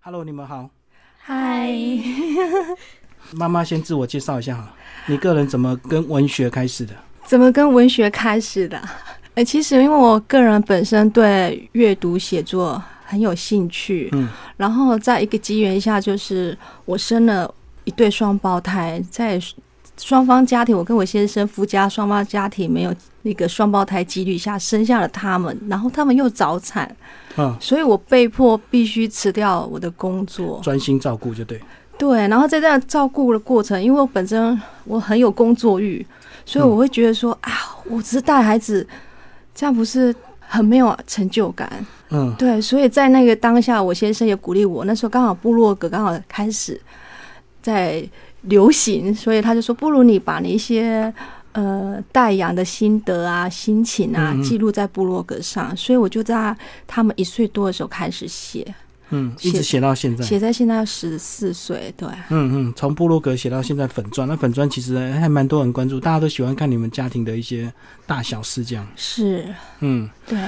Hello，你们好，嗨，妈妈先自我介绍一下哈，你个人怎么跟文学开始的？怎么跟文学开始的？哎、其实因为我个人本身对阅读写作很有兴趣，嗯，然后在一个机缘下，就是我生了一对双胞胎，在双方家庭，我跟我先生夫家双方家庭没有那个双胞胎几率下，生下了他们，然后他们又早产，嗯，所以我被迫必须辞掉我的工作，专心照顾就对。对，然后在这样照顾的过程，因为我本身我很有工作欲，所嗯以我会觉得说、啊，我只是带孩子，这样不是很没有成就感。嗯，对，所以在那个当下，我先生也鼓励我，那时候刚好部落格刚好开始在流行，所以他就说，不如你把你一些。呃，带养的心得啊、心情啊嗯，嗯记录在部落格上，所以我就在他们一岁多的时候开始写，嗯，一直写到现在。写在现在十四岁，对。嗯嗯，从部落格写到现在粉钻，那粉钻其实哎还蛮多人关注，大家都喜欢看你们家庭的一些大小事这样。是，嗯，对，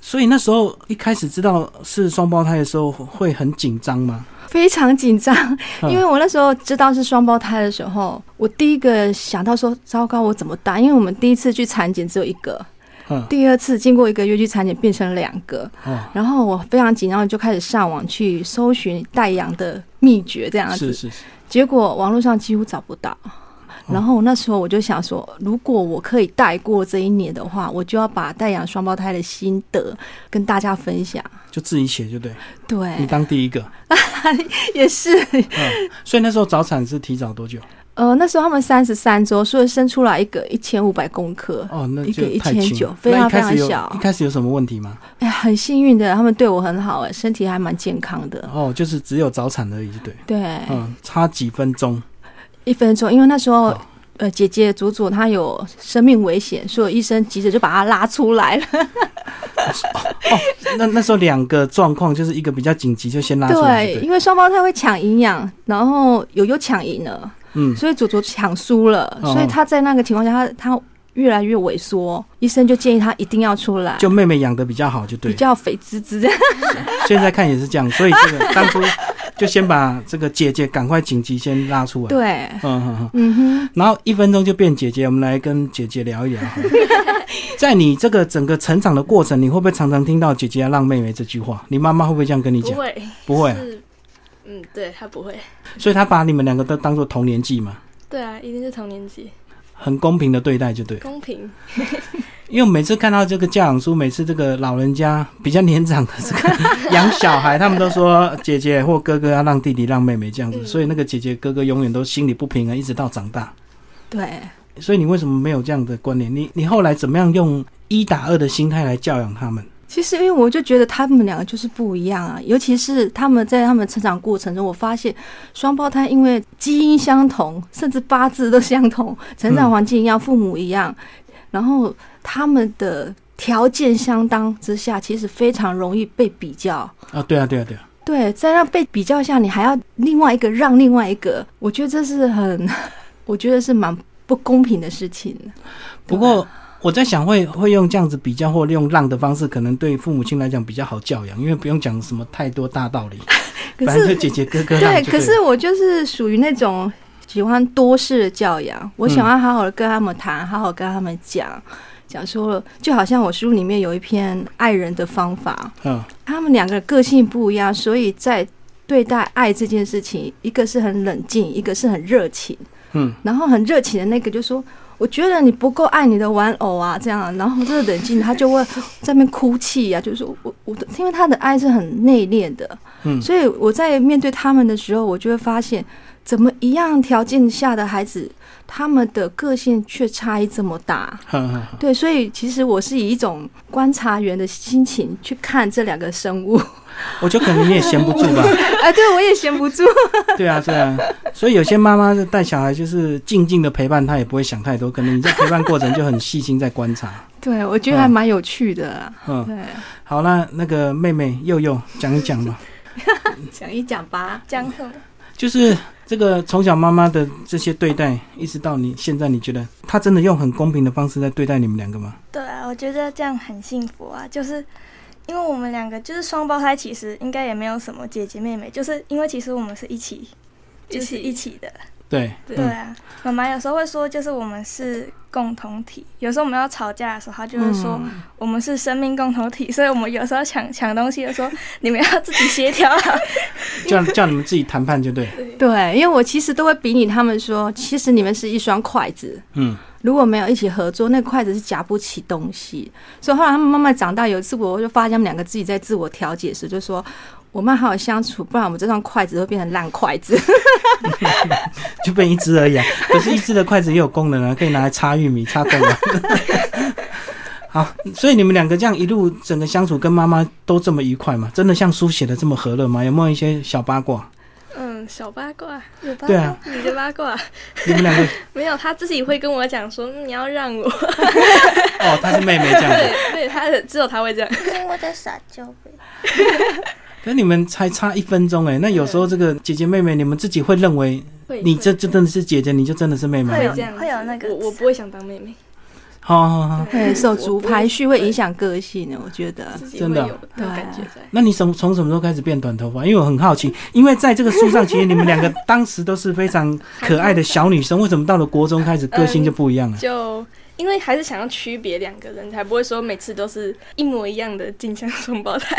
所以那时候一开始知道是双胞胎的时候，会很紧张吗？非常紧张，嗯因为我那时候知道是双胞胎的时候，我第一个想到说，糟糕，我怎么打？因为我们第一次去产检只有一个，嗯，第二次经过一个月去产检变成两个，哦，然后我非常紧张，就开始上网去搜寻带养的秘诀这样子，是哦是是，结果网络上几乎找不到。然后那时候我就想说，如果我可以带过这一年的话，我就要把带养双胞胎的心得跟大家分享。就自己写就对，对，你当第一个。也是所以那时候早产是提早多久？呃，那时候他们三十三周，所以生出来一个一千五百公克，哦，那一个就太轻了1900。非常那一开始有非常小一开始有什么问题吗？哎、很幸运的，他们对我很好、哎，身体还蛮健康的。哦，就是只有早产而已，对。对，嗯，差几分钟。一分钟，因为那时候好。呃，姐姐祖祖她有生命危险，所以医生急着就把她拉出来了。那那时候两个状况，就是一个比较紧急，就先拉出来。对，对，因为双胞胎会抢营养，然后友友抢赢了，嗯，所以祖祖抢输了，哦所以她在那个情况下，她她越来越萎缩。医生就建议她一定要出来，就妹妹养的比较好，就比对。较肥滋滋这样。现在看也是这样，所以这个当 初就先把这个姐姐赶快紧急先拉出来。，对，嗯嗯嗯。嗯哼。然后一分钟就变姐姐，我们来跟姐姐聊一 聊好了。在你这个整个成长的过程，你会不会常常听到“姐姐要让妹妹”这句话？你妈妈会不会这样跟你不讲？会，不会啊，是，嗯，对他不会，所以她把你们两个都当做同年纪嘛，对啊，一定是同年级，很公平的对待就对了。公平，因为我每次看到这个教养书，每次这个老人家比较年长的这个养小孩，他们都说姐姐或哥哥要让弟弟让妹妹这样子，嗯所以那个姐姐哥哥永远都心里不平衡，一直到长大。对，所以你为什么没有这样的观念？你你后来怎么样用一打二的心态来教养他们？其实因为我就觉得他们两个就是不一样啊，尤其是他们在他们成长过程中，我发现双胞胎因为基因相同，甚至八字都相同，嗯成长环境一样，父母一样，然后他们的条件相当之下，其实非常容易被比较。啊，对啊，对啊，对啊，对，在那被比较下，你还要另外一个让另外一个，我觉得这是很， 我觉得是蛮不公平的事情。不过我在想会，会用这样子比较或用让的方式，可能对父母亲来讲比较好教养，因为不用讲什么太多大道理， 可反正就姐姐哥哥让对，就可了是我就是属于那种喜欢多事的教养，嗯我想要好好的跟他们谈，好好跟他们讲，讲说就好像我书里面有一篇爱人的方法，嗯他们两个个性不一样，所以在对待爱这件事情，一个是很冷静，一个是很热情，嗯，然后很热情的那个就说。我觉得你不够爱你的玩偶啊，这样，然后这个冷静，他就会在那边哭泣啊，就是说我我的，因为他的爱是很内敛的，嗯所以我在面对他们的时候，我就会发现，怎么一样条件下的孩子，他们的个性却差异这么大。哼哼哼对，所以其实我是以一种观察员的心情去看这两个生物。 我觉得可能你也闲不住吧。哎，对我也闲不住。 对啊，对啊，所以有些妈妈就带小孩就是静静的陪伴，她也不会想太多，可能你在陪伴过程就很细心在观察。 对，我觉得还蛮有趣的啊、嗯，对，好，那那个妹妹佑佑讲一讲嘛，讲一讲吧。讲什么？就是这个从小妈妈的这些对待，一直到你现在，你觉得她真的用很公平的方式在对待你们两个吗？对啊，我觉得这样很幸福啊，就是因为我们两个就是双胞胎，其实应该也没有什么姐姐妹妹，就是因为其实我们是一起，一就是起一起的。对，对对嗯，啊，妈妈有时候会说，就是我们是共同体。有时候我们要吵架的时候，她就会说嗯我们是生命共同体，所以我们有时候抢抢东西的时候，你们要自己协调啊好。叫叫你们自己谈判就对，对对，因为我其实都会比拟他们说，其实你们是一双筷子，嗯，如果没有一起合作，那个筷子是夹不起东西。所以后来他们慢慢长大，有一次我就发现他们两个自己在自我调节时，就说。我们好好相处，不然我们这双筷子会变成烂筷子。就变一只而已、 啊。可是，一只的筷子也有功能啊，可以拿来插玉米、插豆啊。 好，所以你们两个这样一路整个相处，跟妈妈都这么愉快吗？真的像书写的这么和乐吗？有没有一些小八卦？嗯，小八卦，对啊，你的八卦 你们两个没有，他自己会跟我讲说、嗯你要让我，哦，她是妹妹这样子， 对对，他的只有他会这样，因为我在撒娇呗。可你们才差一分钟哎、那有时候这个姐姐妹妹，你们自己会认为会你会这这真的是姐姐，你就真的是妹妹吗会有这样子会有那个我我不会想当妹妹，好好好，对，手足排序会影响响个性的，我觉得。自己会真的有那种感觉在。那你什么从什么时候开始变短头发？因为我很好奇，因为在这个书上，其实你们两个当时都是非常可爱的小女生，为什么到了国中开始个性就不一 样了？就因为还是想要区别两个人，才不会说每次都是一模一样的镜像双 胞胎。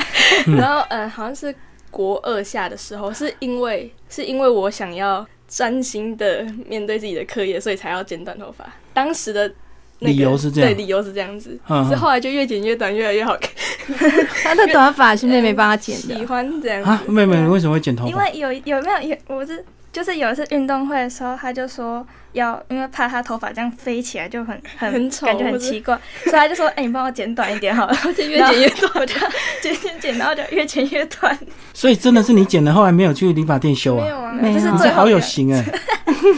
然后，嗯、好像是国二下的时候，是因为是因为我想要专心的面对自己的课业，所以才要剪短头发。当时的、那个理由是这样对，理由是这样子。嗯是后来就越剪越短，越来越好看。他的短发是妹妹帮他剪喜 的，欢这样啊，子，妹妹，你为什么会剪头因发？为有有没有有我是就是有一次运动会的时候，他就说要因为怕他头发这样飞起来就很很很丑感觉或很者奇怪，所以他就说：“哎、你帮我剪短一 点好了。而且越剪越短。”我就剪剪剪，然后就越剪越 短。所以真的是你剪的，后 来没有去理发店修没啊？有啊，没有这是你最这后好一有个型哎、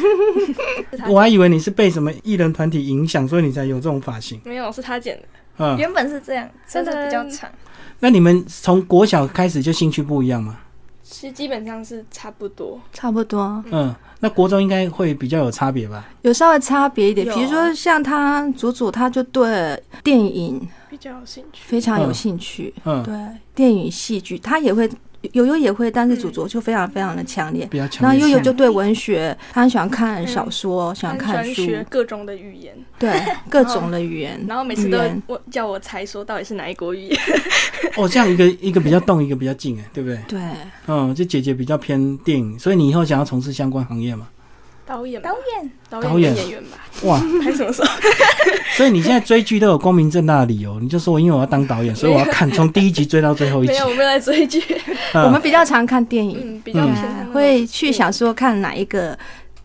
我还以为你是被什么艺人团体影响，所以你才有这种发型。没有是他剪的。嗯，原本是这样，真真的的比较长。那你们从国小开始就兴趣不一样吗？其实基本上是差不多，差不多嗯，那国中应该会比较有差别吧？有稍微差别一点。有比如说像他祖祖，他就对电影比较有兴趣。非常有兴趣，嗯，对电影戏剧他也会，悠悠也会，但是祖祖就非常非常的强烈。比较强然后烈。悠悠就对文学，他很喜欢看嗯小说，嗯喜欢他看喜欢书，学各种的语言，对 各种的语言。然后每次都语言我叫我猜说到底是哪一国语言，哦，这样一个一个比较动，一个比较静哎、对不对？对，嗯，就姐姐比较偏电影，所以你以后想要从事相关行业 嘛？导演吧导演导导演演跟演员吧，哇，还是什么时候？所以你现在追剧都有光明正大的理由，你就说因为我要当导演，所以我要看从第一集追到最后一没集有，。我没有来追剧，嗯我们比较常看电影，嗯，比较嗯偏对向那种会去想说看哪一个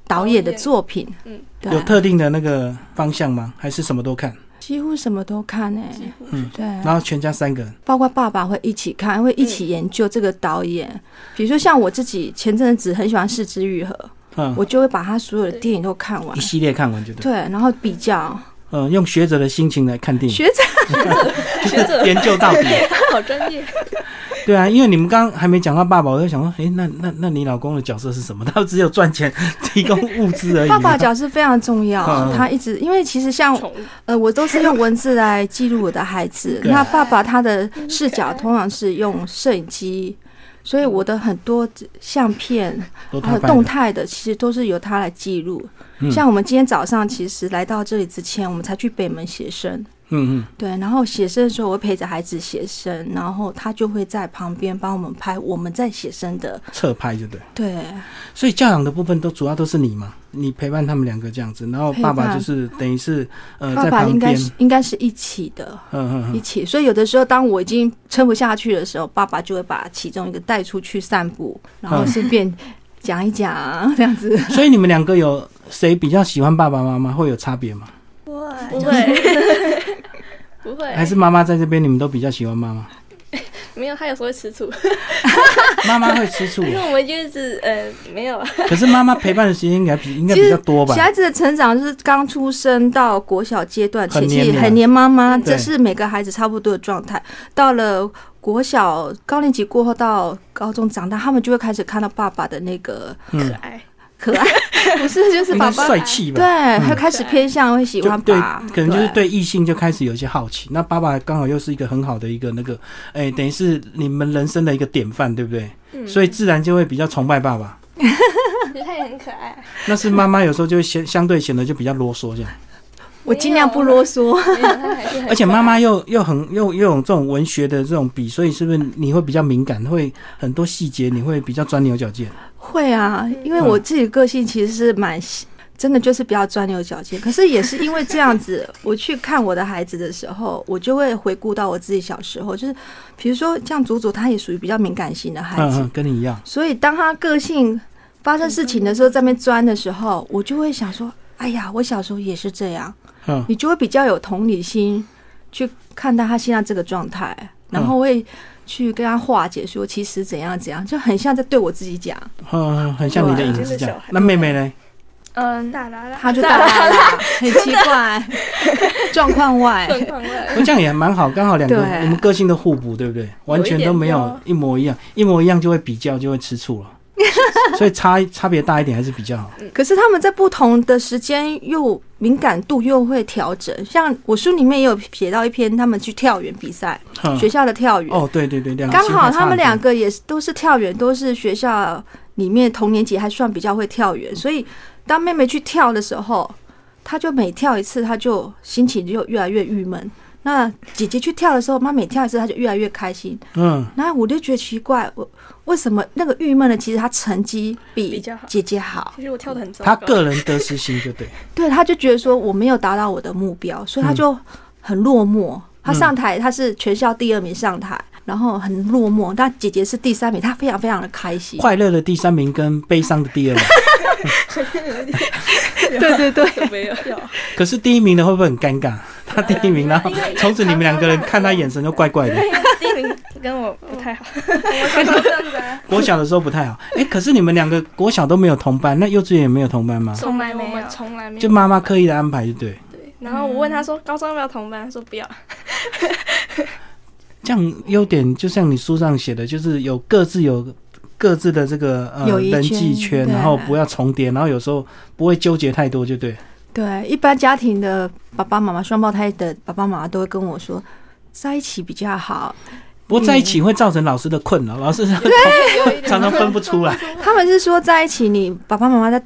导演的作品，嗯，对有特定的那个方向吗？还是什么都看？几乎什么都看哎、几乎嗯对，然后全家三个人，包括爸爸会一起看，会一起研究这个导演。比如说像我自己前阵子很喜欢《四肢愈合》，嗯，我就会把他所有的电影都看完一，系列看完就对。对，然后比较嗯，用学者的心情来看电影，学者学者 研究到 底。 好专业，对啊，因为你们刚刚还没讲到爸爸，我就想说，诶，那那那你老公的角色是什么？他只有赚钱，提供物资而已。爸爸角色非常重要，啊嗯他一直因为其实像宠物呃，我都是用文字来记录我的孩 子。对那爸爸他的视角通常是用摄影机，所以我的很多相片都还他有办动的，态的，其实都是由他来记录。嗯像我们今天早上，其实来到这里之前，我们才去北门写生。嗯嗯，对，然后写生的时候，我会陪着孩子写生，然后他就会在旁边帮我们拍我们在写生的。侧拍就对。对，所以教养的部分都主要都是你嘛，你陪伴他们两个这样子，然后爸陪爸伴就是等于是呃爸在爸旁应该边，是应该是一起的，嗯嗯一嗯，起。所以有的时候，当我已经撑不下去的时候，爸爸就会把其中一个带出去散步，然后嗯顺便讲一讲这 样子。 所以你们两个有谁比较喜欢爸爸妈妈，会有差别吗？不 哇，会不会，还是妈妈在这边，你们都比较喜欢妈 妈？没有，他有时候会吃醋，妈妈会吃醋，啊因为我们就是呃没有啊，可是妈妈陪伴的时间应该比应该比较多吧 小？孩子的成长就是刚出生到国小阶段，很其黏实你很黏妈妈，对这是每个孩子差不多的状态。到了国小高年级过后到高中长大，他们就会开始看到爸爸的那个嗯哎可，爱，可爱，不是就是应爸该爸帅气对吧？，他开始偏向会喜就欢对爸，，可能就是对异性就开始有一些好奇。那爸爸刚好又是一个很好的一个那个，哎，等于是你们人生的一个典范，对不对？嗯所以自然就会比较崇拜爸爸。其实他也很可爱。 那是妈妈有时候就会显相对显得就比较啰嗦这样，我尽量不啰嗦。没有，他还是很可爱而且妈妈又啊又很又又有这种文学的这种笔，所以是不是你会比较敏感，会很多细节你会比较钻牛角尖？会啊，因为嗯我自己个性其实是蛮细，真的就是比较钻牛角尖。可是也是因为这样子，我去看我的孩子的时候，我就会回顾到我自己小时候，就是比如说像祖祖，他也属于比较敏感型的孩嗯子，嗯，跟你一样。所以当他个性发生事情的时候，在那边钻的时候，我就会想说：哎呀，我小时候也是这样。嗯，你就会比较有同理心去看待他现在这个状态，然嗯后会去跟他化解说，其实怎样怎样，就很像在对我自己讲，嗯，很像你的影子这对啊就是样小。孩那妹妹呢？嗯，大啦啦，他 就大啦啦，很奇怪， 状况外。更狂了。那这样也蛮好，刚好两个对啊我们个性都互补，对不对？完全都没有一模一样，一模一样就会比较，就会吃醋 了。所以差差别大一点还是比较好。可是他们在不同的时间又敏感度又会调整，像我书里面也有写到一篇他们去跳远比赛，嗯学校的跳远，哦，对对对，两个刚心态好差他们很多两个也是都是跳远，都是学校里面同年级还算比较会跳嗯远，所以当妹妹去跳的时候，她就每跳一次，她就心情就越来越郁闷。那姐姐去跳的时候，妈每跳一次，她就越来越开心。嗯，那我就觉得奇怪，我为什么那个郁闷的，其实她成绩比比较好姐姐好，其实我跳的很糟糕。他 个人得失心就对。 对，她就觉得说我没有达到我的目标，所以她就很落寞。她上台，她是全校第二名上台，然后很落寞。但姐姐是第三名，她非常非常的开心。快乐的第三名跟悲伤的第二名，对对对，有没有？有可是第一名的会不会很尴 尬？他第一名，然 后因为从此你们两个人看他 眼神就怪怪的。第一名跟我不太好，我小时候这样子啊，国小的时候不太好，哎，可是你们两个国小都没有同班，那幼稚园也没有同班吗？从来没有我们从来没有。就妈妈刻意的安排，就对。对。然后我问嗯他说：“高中要不要同班？”他说不要。这样优点就像你书上写的，就是有各自有各自的这个呃友谊圈人际圈，对然后不要重叠，然后有时候不会纠结太多，就对。对，一般家庭的爸爸妈妈、双胞胎的爸爸妈妈都会跟我说，在一起比较好。不过在一起会造成老师的困扰，老师常常分不出来。他们是说在一起，你爸爸妈妈在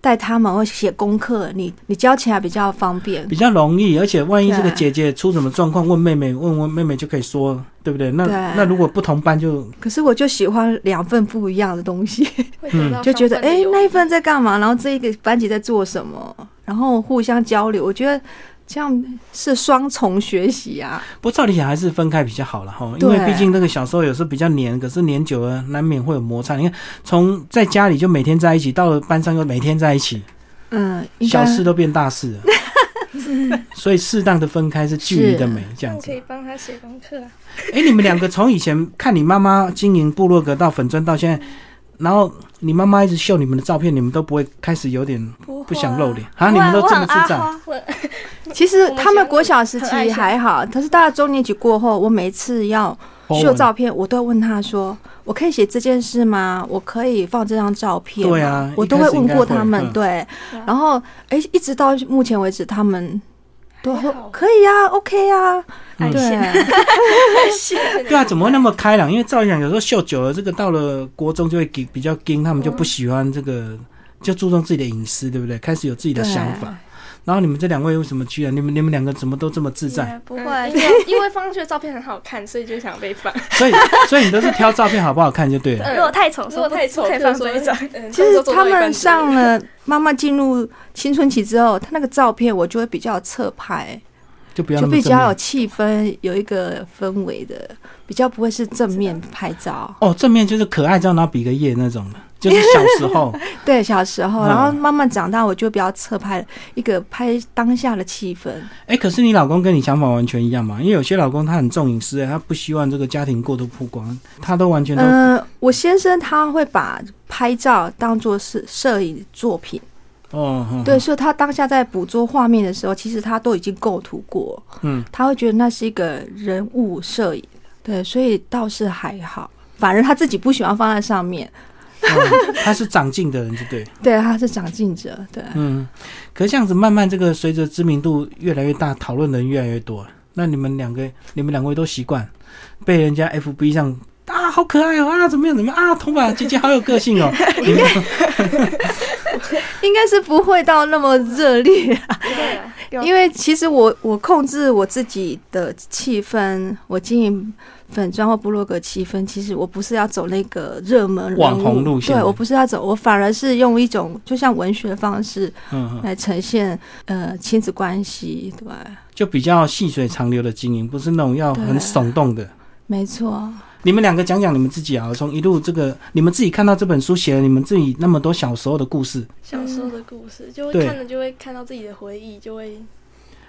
带他们会写功课，你你教起来比较方便。比较容易，而且万一这个对姐姐出什么状况，问妹妹，问问妹妹就可以说，对不对？那对那如果不同班就可是我就喜欢两份不一样的东 西，嗯会得到就觉得双哎、份的诶优那一惠份在干嘛？然后这一个班级在做什么？然后互相交流，我觉得这样是双重学习啊。不照理讲还是分开比较好了哈，因对为毕竟那个小时候有时候比较黏，可是黏久了难免会有摩擦。你看，从在家里就每天在一起，到了班上又每天在一起，嗯，应小该事都变大事 了。所以适当的分开是距离的美，这那样我子可。以帮他写功 课啊。哎、你们两个从以前看你妈妈经营部落格到粉砖到现在，然后你妈妈一直秀你们的照片，你们都不会开始有点 不不会想啊露脸啊？你们都这么嗯智障？我其实他们国小时我们期以前还好，但是到了中年级过后，我每次要哦秀照片，我都要问他说：“我可以写这件事吗？我可以放这张照片吗？”对啊我都会问过他一开始们。应该嗯对，啊然后哎，一直到目前为止，他们都还说好可以啊，OK 啊，哎嗯对， 对啊，怎么会那嗯么开朗？因为照理讲，有时候秀久了，这个到了国中就会比比较硬，他们就不喜欢这个，嗯就注重自己的隐私，对不对？开始有自己的想法。然后你们这两位为什么居啊然你们你们两个怎么都这么自在？也不嗯会因。为因为方旭的照片很好看，所以就想被放。所以所以你都是挑照片好不好看就对了。嗯如果太丑，如果太说丑，嗯不可以放这这一张。。其实他们上了妈妈进入青春期之后，他那个照片我就会比较侧拍，就不要就那么比正面较有气氛，有一个氛围的，比较不会是正面拍照。哦，正面就是可爱照，然后比个耶那种的，就是小时候对，小时候，嗯然后慢慢长大，我就比较侧拍一个拍当下的气氛。哎、可是你老公跟你想法完全一样嘛？因为有些老公他很重隐私、欸他不希望这个家庭过度曝光，他都完全都、嗯、我先生他会把拍照当做是摄影作品，哦，哦对，，所以他当下在捕捉画面的时候，其实他都已经构图过，嗯，他会觉得那是一个人物摄影，对，所以倒是还好。反而他自己不喜欢放在上面，嗯他是长进的人，就 对。对，他是长进者，对。嗯，可是这样子慢慢这个随着知名度越来越大，讨论的人越来越多，那你们两个你们两位都习惯被人家 FB 上啊好可爱哦啊怎么样怎么样啊头发姐姐好有个 性哦，你们应该是不会到那么热烈，对啊，有因为其实我我控制我自己的气氛，我经营粉妆或部落格气氛，其实我不是要走那个热门人物网红路线对我不是要走，我反而是用一种就像文学的方式嗯嗯来呈现呃亲子关系，对吧？就比较细水长流的经营，不是那种要啊很耸动的。没错，你们两个讲讲你们自己啊，从一路这个你们自己看到这本书写了你们自己那么多小时候的故事，小时候的故事，就对会看了就会嗯看到自己的回忆，就会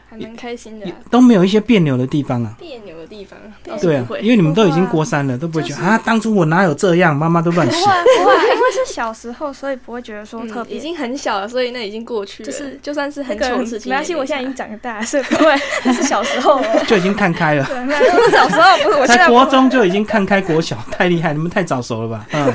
还蛮开心的也啊。都没有一些别扭的地方啊。别扭的地方倒对是啊不，会，因为你们都已不经会啊国三了，都不会觉得、就是啊，当初我哪有这样，妈妈都乱不写。 会不会，因为是小时候，所以不会觉得说嗯特别。已经很小了，所以那已经过去了，就是就算是那很个糗的没事情也没差，关系，我现在已经长大了，所以不 会。那是小时候了，哦 就已经看开了，对，那是小时候不是我在现在国不会。中就已经看开国小，太厉害，你们太早熟了 吧？嗯，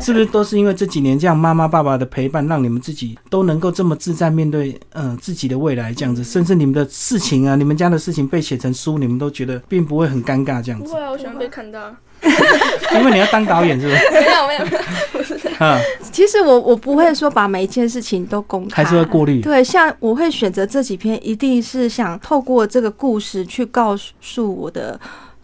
是不是都是因为这几年这样妈妈爸爸的陪伴，让你们自己都能够这么自在面对，嗯、自己的未来这样嗯子，甚至你们的事情啊，你们家的事情被写成书，你们都觉得并不会很尴尬这样不子会，啊，我喜欢被看到。因为你要当导演是不是？ 没有没有，嗯，其实我我不会说把每一件事情都公开，还是会过滤。对，像我会选择这几篇，一定是想透过这个故事去告诉我的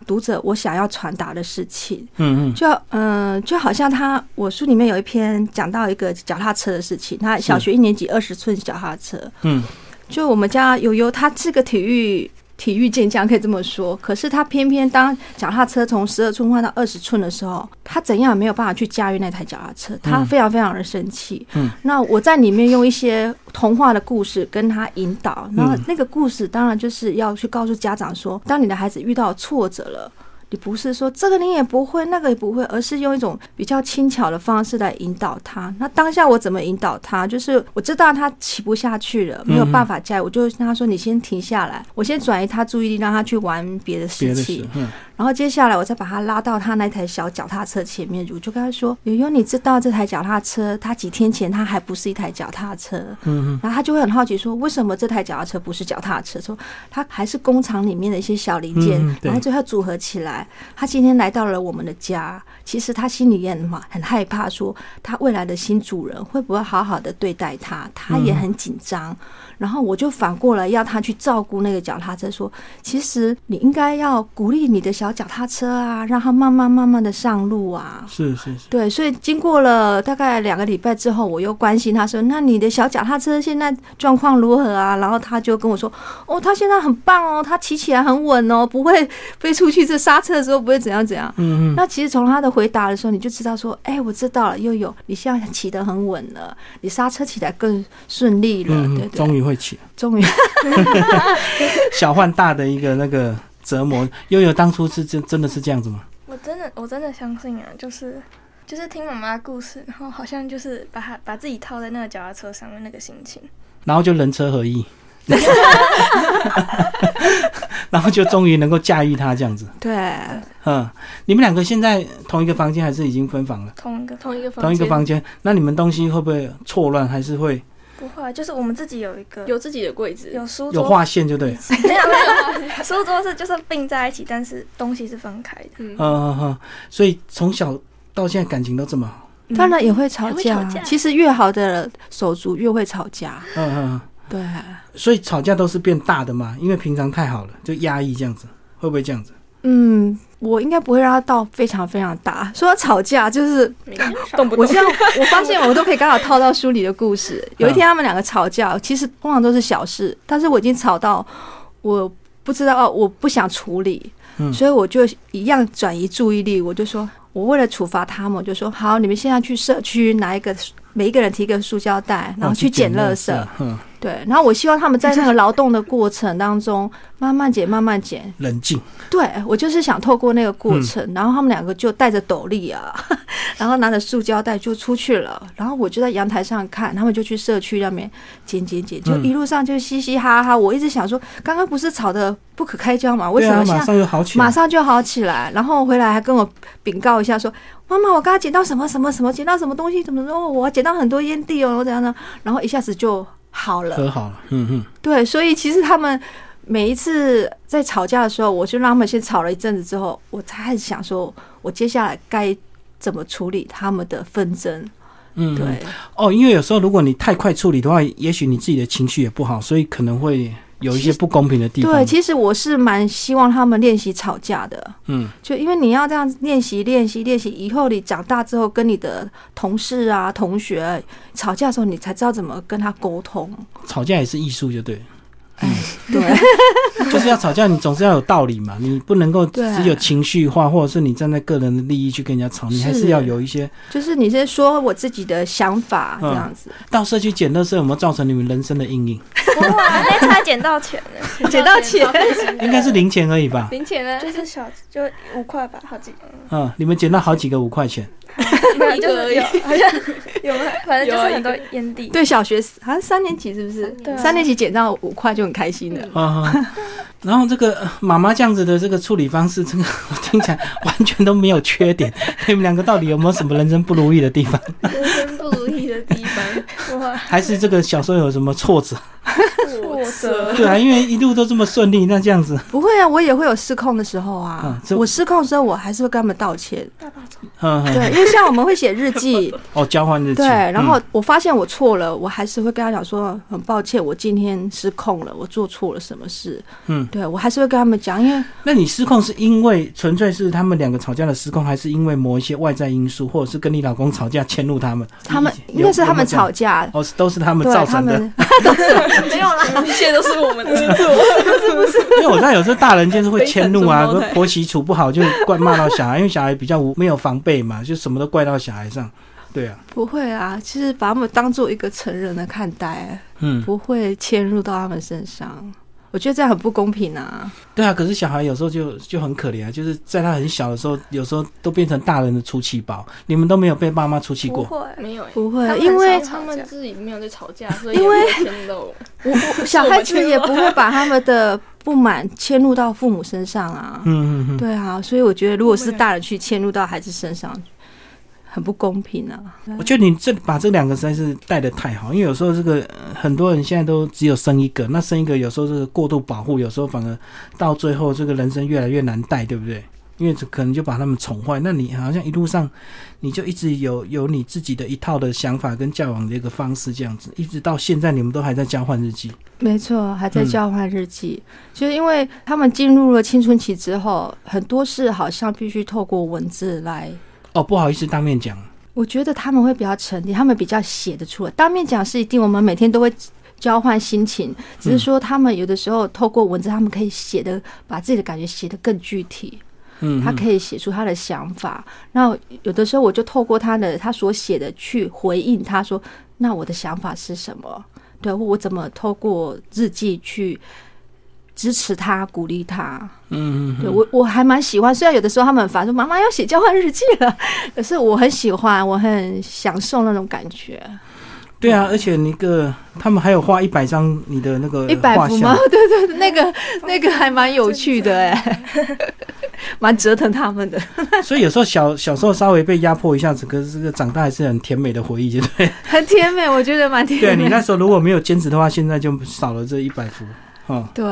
读者我想要传达的事情。嗯嗯就嗯、呃就好像他我书里面有一篇讲到一个脚踏车的事情，他小学一年级二十寸脚踏车，嗯，就我们家悠悠，他是个体育体育健将，可以这么说。可是他偏偏当脚踏车从十二寸换到二十寸的时候，他怎样也没有办法去驾驭那台脚踏车，他非常非常的生气。嗯，那我在里面用一些童话的故事跟他引导，然后嗯那个故事当然就是要去告诉家长说，当你的孩子遇到挫折了。你不是说这个你也不会，那个也不会，而是用一种比较轻巧的方式来引导他。那当下我怎么引导他？就是我知道他骑不下去了，嗯没有办法加油，我就跟他说：“你先停下来，我先转移他注意力，让他去玩别的别的事情事。，嗯然后接下来我再把他拉到他那台小脚踏车前面，我就跟他说：‘悠悠，你知道这台脚踏车，它几天前它还不是一台脚踏车，嗯然后他就会很好奇说，为什么这台脚踏车不是脚踏车？说它还是工厂里面的一些小零件，嗯嗯对然后最后组合起来。他今天来到了我们的家，其实他心里也很很害怕，说他未来的新主人会不会好好的对待他？他也很紧张。嗯然后我就反过来要他去照顾那个脚踏车，说其实你应该要鼓励你的小脚踏车啊，让它慢慢慢慢的上路啊嗯，。是是是，对，所以经过了大概两个礼拜之后，我又关心他说：“那你的小脚踏车现在状况如何啊？”然后他就跟我说：“哦，他现在很棒哦，他骑起来很稳哦，不会飞出去，这刹车的时候不会怎样怎样。”嗯嗯那其实从他的回答的时候，你就知道说：“哎，我知道了，悠悠，你现在骑得很稳了，你刹车起来更顺利了，嗯对嗯，对，终于会起。终于 小换大的一个那个折磨。悠悠当初是真真的是这样子吗？我真的我真的相信啊，就是就是听妈妈的故事，然后好像就是把它把自己套在那个脚踏车上面那个心情。然后就人车合一， 然后就终于能够驾驭它这样子。对，嗯，你们两个现在同一个房间还是已经分房了？同一 个同一个房同一个房间，那你们东西会不会错乱？还是会不会啊，就是我们自己有一个有自己的柜子，有书有桌，划线就 对了？没有没有，书桌是就是并在一起，但是东西是分开的。嗯，嗯嗯嗯，所以从小到现在感情都这么好。当然也会吵也会架。吵架其实越好的手足越会吵架，嗯嗯嗯，对。”所以吵架都是变大的嘛，因为平常太好了，就压抑这样子，会不会这样子？嗯，我应该不会让他到非常非常大。说到吵架，就是没有动不我 现在我发现我都可以刚好套到书里的故事。有一天他们两个吵架，其实通常都是小事，但是我已经吵到我不知道，我不想处理，嗯所以我就一样转移注意力。我就说我为了处罚他们，我就说好，你们现在去社区拿一个，每一个人提一个塑胶袋，哦然后去捡垃圾。圾，嗯，对，然后我希望他们在那个劳动的过程当中，慢慢捡，慢慢捡，冷静。对我就是想透过那个过程，嗯然后他们两个就带着斗笠啊， 然后拿着塑胶袋就出去了，然后我就在阳台上看，他们就去社区那边捡捡捡，就嗯一路上就嘻嘻哈哈。我一直想说，刚刚不是吵得不可开交嘛，为对什啊，么现马在上又好起来？马上就好起来？然后回来还跟我禀告一下说，妈妈，我刚刚捡到什么什么什么，捡到什么东西，怎么说？我捡到很多烟蒂哦，怎样呢？然后一下子就好了。和好了，嗯嗯，对，所以其实他们每一次在吵架的时候，我就让他们先吵了一阵子之后，我才开始想说，我接下来该怎么处理他们的纷争。嗯，对，哦，因为有时候如果你太快处理的话，也许你自己的情绪也不好，所以可能会有一些不公平的地方。对，其实我是蛮希望他们练习吵架的，嗯，就因为你要这样练习、练习、练习，以后你长大之后跟你的同事啊、同学吵架的时候，你才知道怎么跟他沟通。吵架也是艺术，就对了， 对就是要吵架，你总是要有道理 嘛，你不能够对只有情绪化，或者是你站在个人的利益去跟人家吵，你还是是要有一些。就是你先说我自己的想法嗯这样子，到社区捡垃圾有没有造成你们人生的阴影？不会啊，那差捡到钱了，捡到钱超开心的应该是零钱而已吧。零钱呢， 就是小就五块吧，好 几，嗯，你们捡到好几个五块钱，没一有个就而是已有，好像有没有？反正就有啊是很多一个烟蒂。对小学好像三年级是不是？对啊三年级嗯捡到五块就很开心了。啊、 然后这个呃妈妈这样子的这个处理方式，这个我听起来完全都没有缺点。 你们两个到底有没有什么人生不如意的地方？ 人生不如意的地 方，还是这个小时候有什么挫 折？挫 折。对啊，因为一路都这么顺利，那这样子不会啊，我也会有失控的时候啊嗯。这我失控的时候，我还是会跟他们道歉。嗯，嗯对，因为像我们会写日 记，哦，交换日记，对，然后嗯我发现我错了，我还是会跟他讲说，很抱歉，我今天失控了，我做错了什么事。嗯对我还是会跟他们讲，因为那你失控是因为纯粹是他们两个吵架的失控，还是因为某一些外在因素，或者是跟你老公吵架迁怒他们？他们你应该是有他有没们有这样吵架，哦，是都是他们造对他成的。们 没有啦，一切都是我们的错。因为我知道有时候大人就是会迁怒啊，悲惨中胞胎婆媳处不好就怪骂到小孩，因 为小孩比较无没有防备嘛，就什么都怪到小孩上。对啊，不会啊，其实把他们当做一个成人的看待，嗯，不会迁入到他们身上。我觉得这样很不公平啊！对啊。可是小孩有时候就就很可怜啊，就是在他很小的时候，有时候都变成大人的出气包。你们都没有被爸妈出气不过，会，没有欸，不他会，们因为很少他吵们架自己没有在吵 架，所以因为也没有迁怒我我小孩子也不会把他们的不满迁入到父母身上啊。嗯嗯嗯。对啊，所以我觉得如果是大人去迁入到孩子身上，很不公平啊。我觉得你这把这两个实在是带的太好，因为有时候这个呃很多人现在都只有生一个，那生一个有时候这个过度保护，有时候反而到最后这个人生越来越难带，对不对？因为这可能就把他们宠坏。那你好像一路上你就一直有有你自己的一套的想法跟教养的一个方式，这样子，一直到现在你们都还在交换日记。没错，还在嗯交换日记，就是因为他们进入了青春期之后，很多事好像必须透过文字来哦，不好意思，当面讲。我觉得他们会比较沉淀，他们比较写得出来。当面讲是一定，我们每天都会交换心情，只是说他们有的时候透过文字，他们可以写的把自己的感觉写得更具体，嗯，他可以写出他的想法。那有的时候我就透过他的他所写的去回应他说，那我的想法是什么？对，或我怎么透过日记去支持他、鼓励他。嗯，嗯对嗯，我我还蛮喜欢，虽然有的时候他们很烦，说妈妈要写交换日记了， 可是我很喜欢，我很享受那种感觉。对啊，而且那个他们还有画一百张你的那个一百画幅像吗？ 对对对，那个那个还蛮有趣的哎、 蛮折腾他们的。 所以有时候小小时候稍微被压迫一下子，可是这个长大还是很甜美的回忆，就对。很甜美，我觉得蛮甜美 对啊的。你那时候如果没有兼职的话，现在就少了这一百幅。哦，对，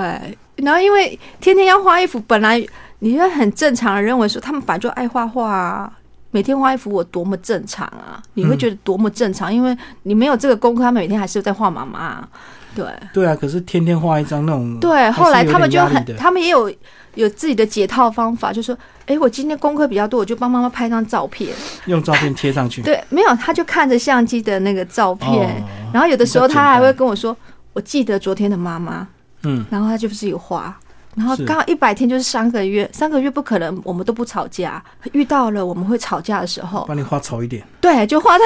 然后因为天天要画一幅，本来你会很正常的认为说他们本来就爱画画啊，每天画一幅我多么正常啊，你会嗯觉得多么正常，因为你没有这个功课，他们每天还是在画妈妈啊、对对啊，可是天天画一张那种，对，后来他们就嗯还是有很，点压力的他们也有有自己的解套方法，就说，哎，我今天功课比较多，我就帮妈妈拍张照片。用照片贴上去。对，没有，他就看着相机的那个照片，嗯哦，然后有的时候比较简他单还会跟我说，我记得昨天的妈妈。嗯，然后他就自己画，然后是刚好一百天就是三个月，三个月不可能我们都不吵架，遇到了我们会吵架的时候，帮你画丑一点， 对，就画到。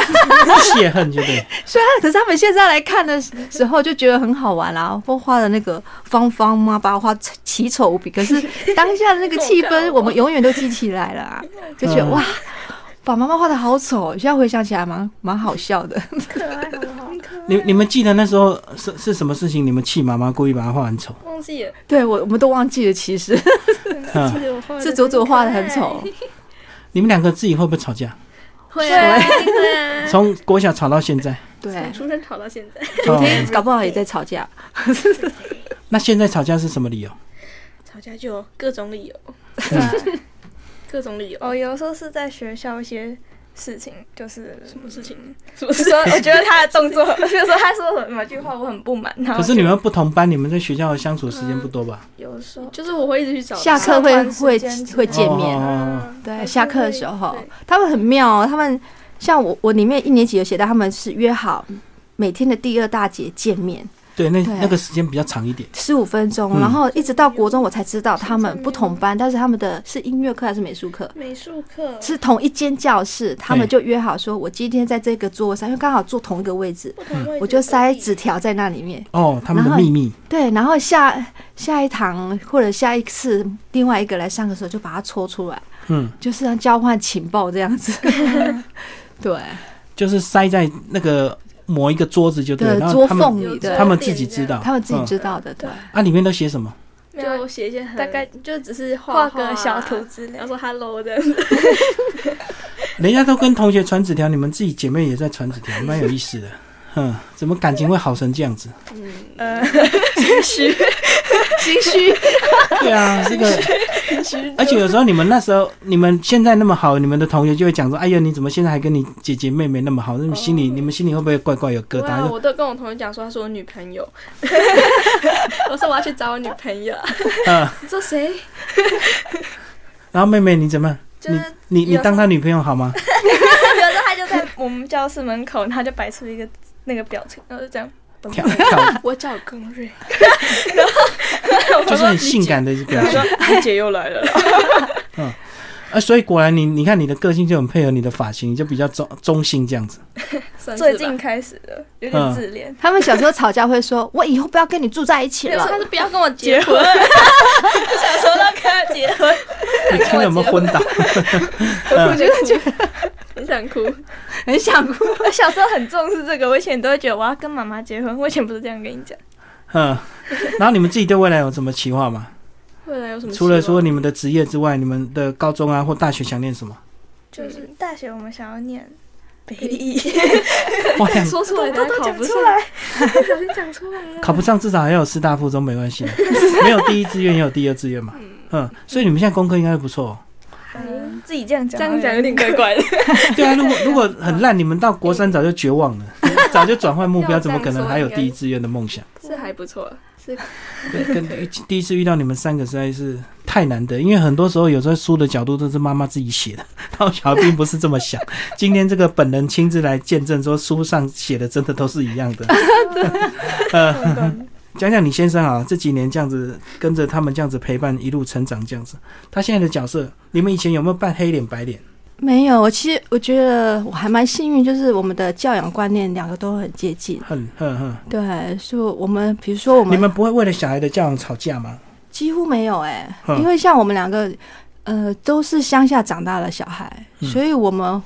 泄恨就对。虽然 可是他们现在来看的时候就觉得很好玩啦、我画的那个方方嘛，把我画奇丑无比，可 是当下的那个气氛我们永远都记起来了、啊，就觉得嗯哇。把妈妈画的好丑，现在回想起来蛮蛮好笑的。 可爱好不好？你你们记得那时候是是什么事情？你们气妈妈故意把它画很丑，忘记了，对我我们都忘记了，其实 嗯 记得我画的是左左画的很丑，你们两个自己会不会吵架？会啊会啊，从国小吵到现在，对嗯从，出生吵到现在，昨哦天搞不好也在吵架。那现在吵架是什么理由？吵架就有各种理由， 对各种理由。哦，有时候是在学校一些事情，就是什么事情？什我么是事？说，我觉得他的 动作，就是说他说什么句话，我很不满。然后可是你们不同班，你们在学校的相处时间不多吧？有时候就是哦我会一直去找他哦下课会社团时会间之类的会见面，啊哦，对，还是下课的会时候对，他们很妙哦，他们像我，我里面一年级有写到，他们是约好每天的第二大节见面对，那对啊那个时间比较长一点。十五分钟，嗯然后一直到国中我才知道他们不同班，但是他们的是音乐课还是美术课？美术课是同一间教室，他们对就约好说，我今天在这个座位上，因为刚好坐同一个位置，不同位置我就塞纸条在那里面。哦，他们的秘密对，然后下下一堂或者下一次另外一个来上的时候，就把它戳出来，嗯，就是要交换情报这 样子。对就是塞在那个某一个桌子就对了，对然，后桌他们缝里他的，嗯们自己知道，他们自己知道。道的，对。啊，里面都写什么？没就有写一些很大概就只是画画啊个小图，之类然后的。说 hello 这样子。人家都跟同学传纸条，你们自己姐妹也在传纸条，蛮有意思的。 嗯，怎么感情会好成这样子？嗯，呃， 心虚，对啊，这个，而且有时候你们那时候，你们现在那么好，你们的同学就会讲说：“哎呀，你怎么现在还跟你姐姐妹妹那么好？”那你心里，你们心里会不会怪怪有疙哇，瘩？啊我都跟我同学讲说她是我女朋 友，我说我要去找我女朋友。 嗯，你说谁？然后妹妹你怎么样？就是你你有时候当她女朋友好吗？有时候他就在我们教室门口，然后就摆出一个那个表情，然后就这样，跳跳，我叫耿瑞， 就是很性感的一个表我情说你姐又来了啦。 啊！所以果然你你看你的个性就很配合你的发型，就比较中中性这样 子。 算是吧最近开始的，有嗯点自恋。 他们小时候吵架会说：“我以后不要跟你住在一起 没有了他。是不要跟我结婚， 想说要跟他 结婚，你听了有没有昏倒？我就觉得很想哭。”很想哭。我小时候很重视这个，我以前都会觉得我要跟妈妈结婚。我以前不是这样跟你讲， 嗯，然后你们自己对未来有什么期望吗？未来有什么希除望？了说你们的职业之外，你们的高中啊或大学想念什 么？就是大学我们想要念北 艺，哎哇，两说出来大家考不上，来，不小心讲出来 了。考不上至少还要有师大附中没关系的，没有第一志愿也有第二志愿嘛。嗯，所以你们现在功课应该不错、哦。嗯自己这样讲，这样讲有点怪怪的。对啊，如果如果很烂，你们到国三早就绝望了， 早就转换目标，怎么可能还有第一志愿的梦想？是还不错，是对，跟第一次遇到你们三个实在是太难得，因为很多时候有时候书的角度都是妈妈自己写的，然后小孩并不是这么想。 今天这个本人亲自来见证，说书上写的真的都是一样 的。呃， 讲讲你先生啊，这几年这样子跟着他们这样子陪伴一路成长，这样子，他现在的角色，你们以前有没有扮黑脸白脸？没有，我其实我觉得我还蛮幸运，就是我们的教养观念两个都很接近。哼哼哼，对，所以我们比如说我你们们不会为了小孩的教养吵架吗？几乎没有哎、嗯因为像我们两个，呃，都是乡下长大的小孩，嗯所以我们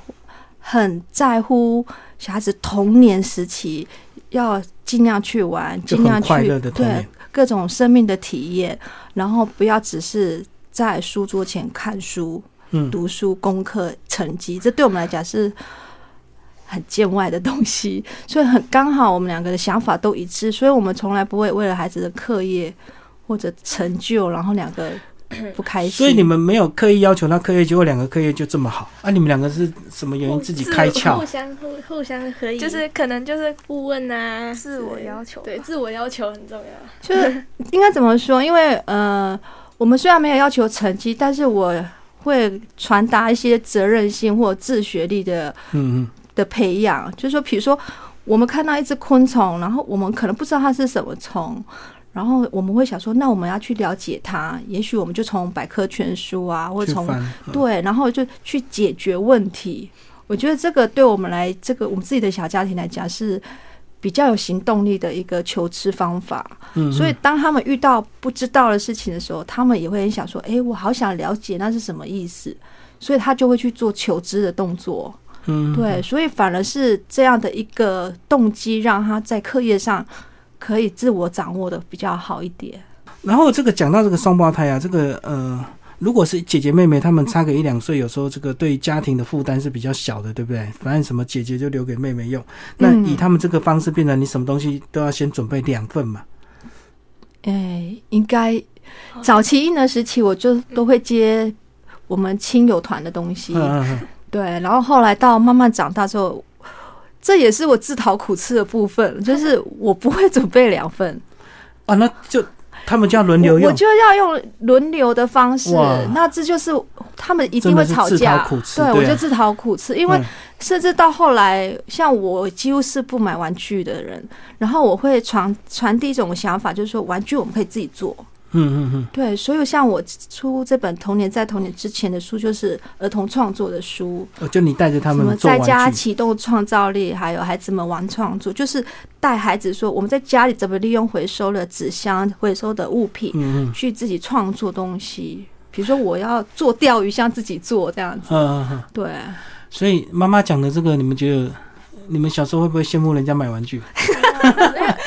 很在乎小孩子童年时期要尽量去玩，就尽量很去快乐的童对年，各种生命的体验，然后不要只是在书桌前看书、嗯，读书、功课、成绩，这对我们来讲是。很见外的东西， 所以很刚好我们两个的想法都一致，所以我们从来不会为了孩子的课业或者成就，然后两个不开心。所以你们没有刻意要求他课业，结果两个课业就这么好啊？你们两个是什么原因 自己开窍互？相互互相可以就是可能就是互问啊，自我要求吧，对自我要求很重 要。 就是应该怎么说？因为呃，我们虽然没有要求成绩，但是我会传达一些责任心或自学力的嗯嗯，的培养，就是说，比如说我们看到一只昆虫，然后我们可能不知道它是什么虫。然后我们会想说，那我们要去了解它，也许我们就从百科全书啊，或去从翻，嗯对，然后就去解决问题。我觉得这个对我们来，这个我们自己的小家庭来讲是比较有行动力的一个求知方法。嗯，所以嗯当他们遇到不知道的事情的时候，他们也会很想说：“诶，我好想了解那是什么意思。”所以他就会去做求知的动作。嗯，对，所以反而是这样的一个动机，让他在课业上可以自我掌握的比较好一点。然后这个讲到这个双胞胎啊，这个呃，如果是姐姐妹妹，她们差个一两岁，有时候这个对家庭的负担是比较小的，对不对？反正什么姐姐就留给妹妹用。那嗯以他们这个方式，变成你什么东西都要先准备两份嘛。哎、应该早期婴儿时期，我就都会接我们亲友团的东西，嗯嗯嗯，对，然后后来到慢慢长大之后，这也是我自讨苦吃的部分，就是我不会准备两份，啊，那就他们就要轮流我我用，就要用轮流的方式哇，那这就是他们一真的定会是吵自讨架，苦吃。对对啊，我就自讨苦吃，因为嗯甚至到后来，像我几乎是不买玩具的人，然后我会传传递一种想法，就是说玩具我们可以自己做。嗯嗯嗯，对，所以像我出这本《童年在童年之前》的书，就是儿童创作的书，哦就你带着他什么们做在家玩具，启动创造力，还有孩子们玩创作，就是带孩子说我们在家里怎么利用回收的纸箱、回收的物品，嗯嗯去自己创作东西。比如说我要做钓鱼，像自己做这样子。嗯嗯嗯。对， 所以妈妈讲的这个，你们觉得你们小时候会不会羡慕人家买玩 具，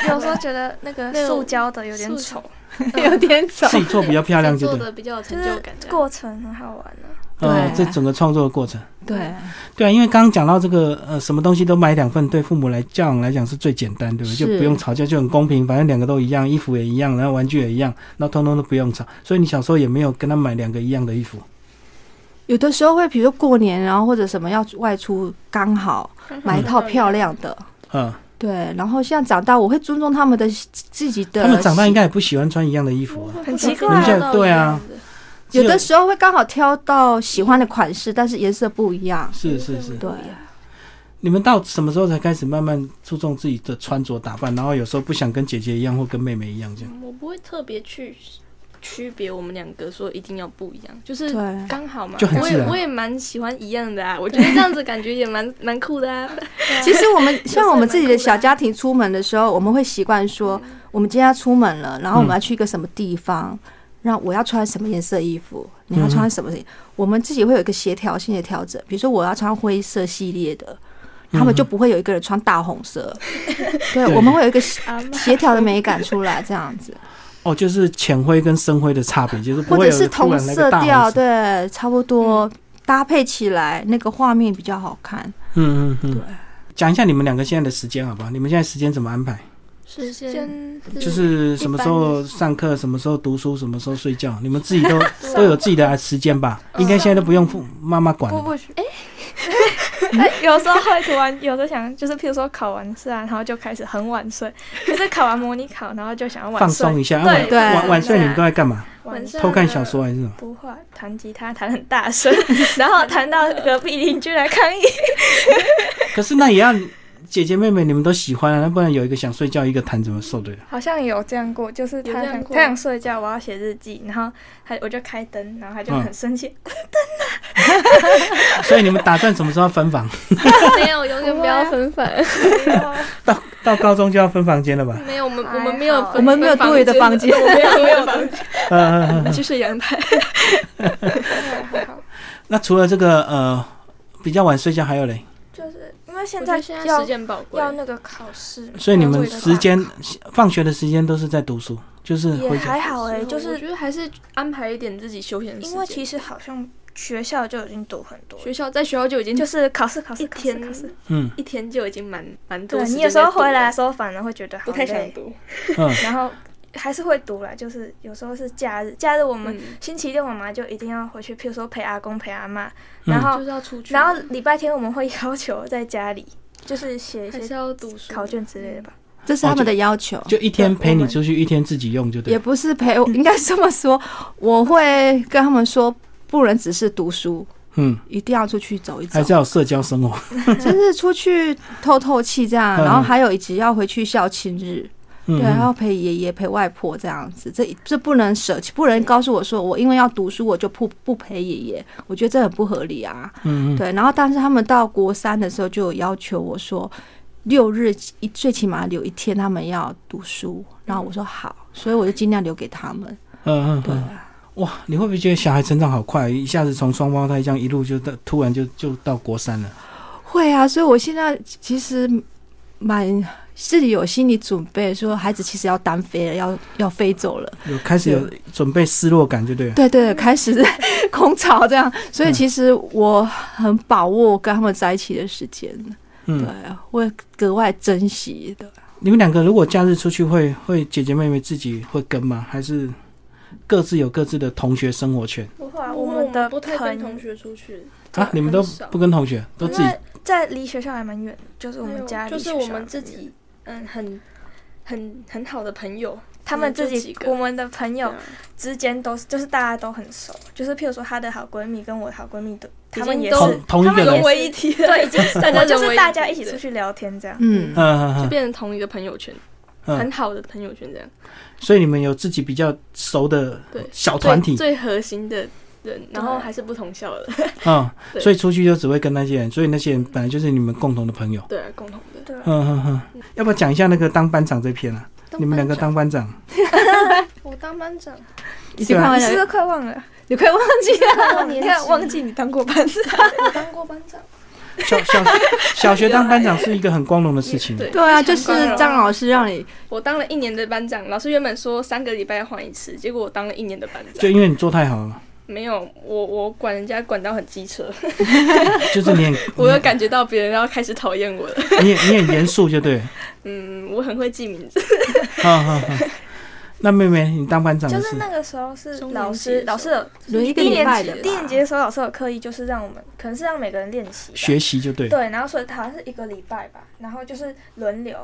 有时候觉 得那个那种塑胶的有点塑丑，有 点丑。自己做比较漂亮，就做对了。的比较有成就就是感这样。过程很好玩啊。对呃，这整个创作的过程，对，对啊，因为刚刚讲到这个，呃，什么东西都买两份，对父母来教养来讲是最简单，对不对？是就不用吵架，就很公平，反正两个都一样，衣服也一样，然后玩具也一样，那通通都不用吵。所以你小时候也没有跟他买两个一样的衣服，有的时候会，比如说过年，然后或者什么要外出，刚好买一套漂亮的。嗯，对，然后像长大，我会尊重他们的自己的。他们长大应该也不喜欢穿一样的衣服啊。很奇怪你们现在对啊，有的只时候会刚好挑到喜欢的款式，但是颜色不一样。有是是是，对，你们到什么时候才开始慢慢注重自己的穿着打扮，然后有时候不想跟姐姐一样或跟妹妹一样这样？我不会特别去区别我们两个说一定要不一样，就是对刚好嘛就很。我自也然我也蛮喜欢一样的啊，我觉得这样子感觉也蛮蛮酷的啊。 其实我们像我们自己的蛮酷的小家庭出门的时候，我们会习惯说，嗯我们今天要出门了，然后我们要去一个什么地方，那我要穿什么颜色衣服，你要穿什么，嗯我们自己会有一个协调性的调整。比如说我要穿灰色系列的，他们就不会有一个人穿大红 色，对，嗯对我们会有一个阿嬷协调的美感出来，这样子，哦，就是浅灰跟深灰的差别，就是不或 会者有是突同然来个色大调，红色。嗯对，差不多搭配起来，那个画面比较好看。嗯嗯对嗯。讲一下你们两个现在的时间好不好？你们现在时间怎么安排？是先先就是什么时候上课，什么时候读书，什么时候睡觉，你们自己 都都有自己的时间吧？哦应该现在都不用父妈妈管了不吧。不许哎，哎 有时候会突然，有时候想就是，譬如说考完试啊，然后就开始很晚睡，就是考完模拟考，然后就想要晚放睡。松一下，啊对晚对晚晚睡你们都在干嘛？晚上偷看小说还是什么？不会弹吉他，弹很大声， 然后弹到隔壁邻居来抗议。可是那也要姐姐妹妹你们都喜欢啊，那不然有一个想睡觉，一个弹怎么受得了？好像有这样过，就是有他这样想过他想睡觉，我要写日记，然后他我就开灯，然后他就很 生气，所以你们打算什么时候要分 房？ 没有永远不要分房，啊到到高中就要分房间了吧？没有我们还我们没有好分我们没有多余的房间对 我们没有没有房间，嗯嗯嗯嗯。就是阳台。还啊好那除了这个呃比较晚睡觉，还有嘞？就是因为我现觉在得要现在时间宝贵，要那个考试，所以你要们为了时间考放学的时间都是在读书，就是也回家。还好哎、就我是觉得还是安排一点自己休闲时间，因为其实好像学校就已经读很多了，学校在学校就已经就是考试考一试考试天考试，嗯一天就已经蛮蛮多对时间你有时候在读了回来的时候反而会觉得好不太想累读，嗯，然后还是会读啦，就是有时候是假日，假日我们嗯星期六我妈就一定要回去，譬如说陪阿公陪阿妈，嗯然后就是要出去，然后礼拜天我们会要求在家里， 就是写一还是些要读书考卷之类的吧。这是他们的要求，就一天陪你出去，一天自己用就对嗯也了。不是陪我，应该这么说，我会跟他们说，不能只是读书，嗯，一定要出去走一走还，是要有社交生活。就是出去透透气这样。嗯然后还有以及要回去孝亲日，嗯， 对，啊嗯然后陪爷爷陪外婆这样子，这这不能舍弃，不能告诉我说我因为要读书我就不不陪爷爷，我觉得这很不合理啊。嗯嗯对，然后但是他们到国三的时候就有要求我说，六日一最起码留一天他们要读书，然后我说好，所以我就尽量留给他们。嗯嗯对嗯，啊，哇，你会不会觉得小孩成长好快，一下子从双胞胎这样一路就到，突然就就到国三了？会啊，所以我现在其实蛮自己有心理准备，说孩子其实要单飞了，要要飞走了。有开始有准备失落感，就对了。对对， 开始在空巢这样，所以其实我很把握跟他们在一起的时间，对嗯，，会格外珍惜的。你们两个如果假日出去会，会姐姐妹妹自己会跟吗？还是各自有各自的同学生活圈不会啊，我们的不太跟同朋学出去，啊？你们都很少哦不跟同学，都自己因为在离学校还蛮远的，就是我没们有家离就是学我校们还自蛮远己，嗯，很很很好的朋友，他们就自几己个我们的朋友对啊之间都是，就是大家都很熟，就是譬如说她的好闺蜜跟我的好闺蜜的，已他们经也都是同同一他个们也人是融，为一体 了，对，已经是大家就融为是体大家一起对出去聊天这样。嗯，嗯就嗯嗯变成同一个朋友圈，嗯很，好的朋友圈这样，所以你们有自己比较熟的对小哦团体，最最核心的人，然后对还是不同校的， 嗯，对所以出去就只会跟那些人，所以那些人本来就是你们共同的朋友。对啊，共同的。对啊，嗯嗯嗯，要不要讲一下那个当班长这篇啊？你们两个当班长，我当班长，你快忘你是啊不了，是快忘 了？你快忘记了，你你看看忘忘记你当过班长，我当过班长，小小小学当班长是一个很光荣的事情。 对对啊，就是相关了张老师让你我当了一年的班长，老师原本说三个礼拜要换一次，结果我当了一年的班就长。因为你做太好了嘛，没有，我我管人家管到很机车，就是你很 我有感觉到别人要开始讨厌我 了。你很你很严肃，就对了。嗯，我很会记名字，好好好。那妹妹， 你当班长就的是是那个时候是中年老级师，的老时师候有轮一个第一礼年拜级的吧第一年级的时候，老师有刻意就是让我们，可能是让每个人练习吧，学习，就对。对，然后所以好像是一个礼拜吧，然后就是轮流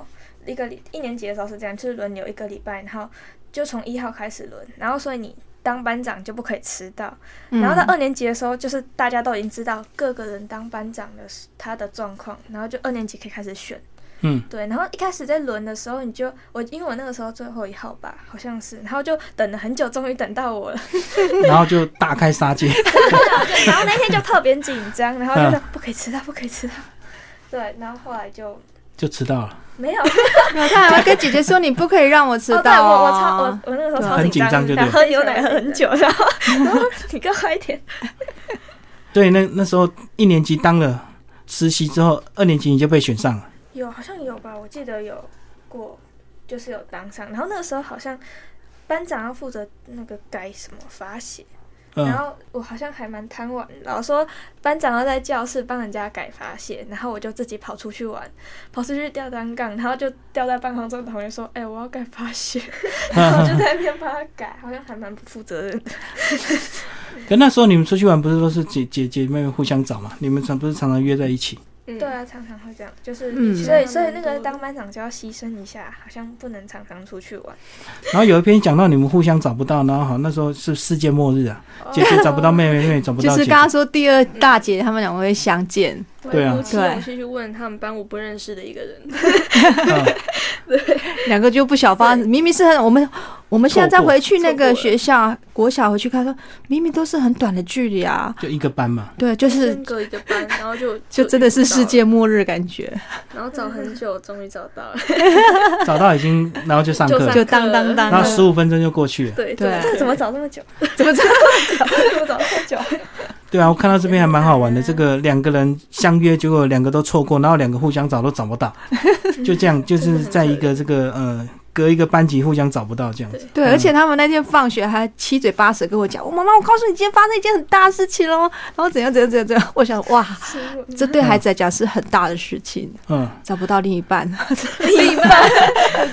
一个礼一年级的时候是这样，就是轮流一个礼拜，然后就从一号开始轮，然后所以你当班长就不可以迟到，嗯然后到二年级的时候，就是大家都已经知道各个人当班长的时他的状况，然后就二年级可以开始选。嗯，对，然后一开始在轮的时候，你就我因为我那个时候最后一号吧，好像是，然后就等了很久，终于等到我了。然后就大开杀戒。 然后那天就特别紧张，然后就说不可以迟到，不可以迟到。 对，然后后来就就迟到了，没 有没有，他还会跟姐姐说你不可以让我迟哦，对，到我我超哦我我那个时候对超很紧张张就的，然后对喝牛奶喝很久， 然后然后 你更快一点，对，那那时候一年级当了实习之后，二年级你就被选上了，有好像有吧，我记得有过，就是有当上，然后那个时候好像班长要负责那个改什么罚写，然嗯，后我好像还蛮贪玩，老说班长要在教室帮人家改罚写，然后我就自己跑出去玩，跑出去吊单杠，然后就吊在半空中，同学说：“哎、我要改罚写。”然后我就在那边帮他改，好像还蛮不负责任的。可那时候你们出去玩不是都是姐姐姐妹妹互相找嘛？你们常不是常常约在一起？嗯，对啊，常常会这样，就是、嗯所以所以那蛮多个的当班长就要牺牲一下，好像不能常常出去玩。然后有一篇讲到你们互相找不到，然后好那时候是世界末日啊，姐姐找不到妹妹，妹妹找不就到姐是姐刚，刚说第二大姐他们两位相见，我对啊也鼓起对勇气去问他们班我不认识的一个人，嗯两个就不小发，明明是很我们我们现在再错过回去那错过个了学校国小回去看，说明明都是很短的距离啊，就一个班嘛。对，就是间隔一个班，然后 就就真的是世，遇界末日感觉，不到了然后找很久，终于找到 了，找到已经，然后就上就课上，就当当当然的后，十五分钟就过去了。对对真的这个怎么找这么久？怎么这样？怎么找这么久？对啊，我看到这边还蛮好玩的，这个两个人相约，结果两个都错过，然后两个互相找都找不到，就这样，就是在一个这个呃隔一个班级互相找不到这样子。对，嗯而且他们那天放学还七嘴八舌跟我讲，我妈妈，我告诉你，今天发生一件很大的事情喽，然后怎样怎样怎样怎样，我想哇，这对孩子来讲是很大的事情，嗯，找不到另一半，另一半，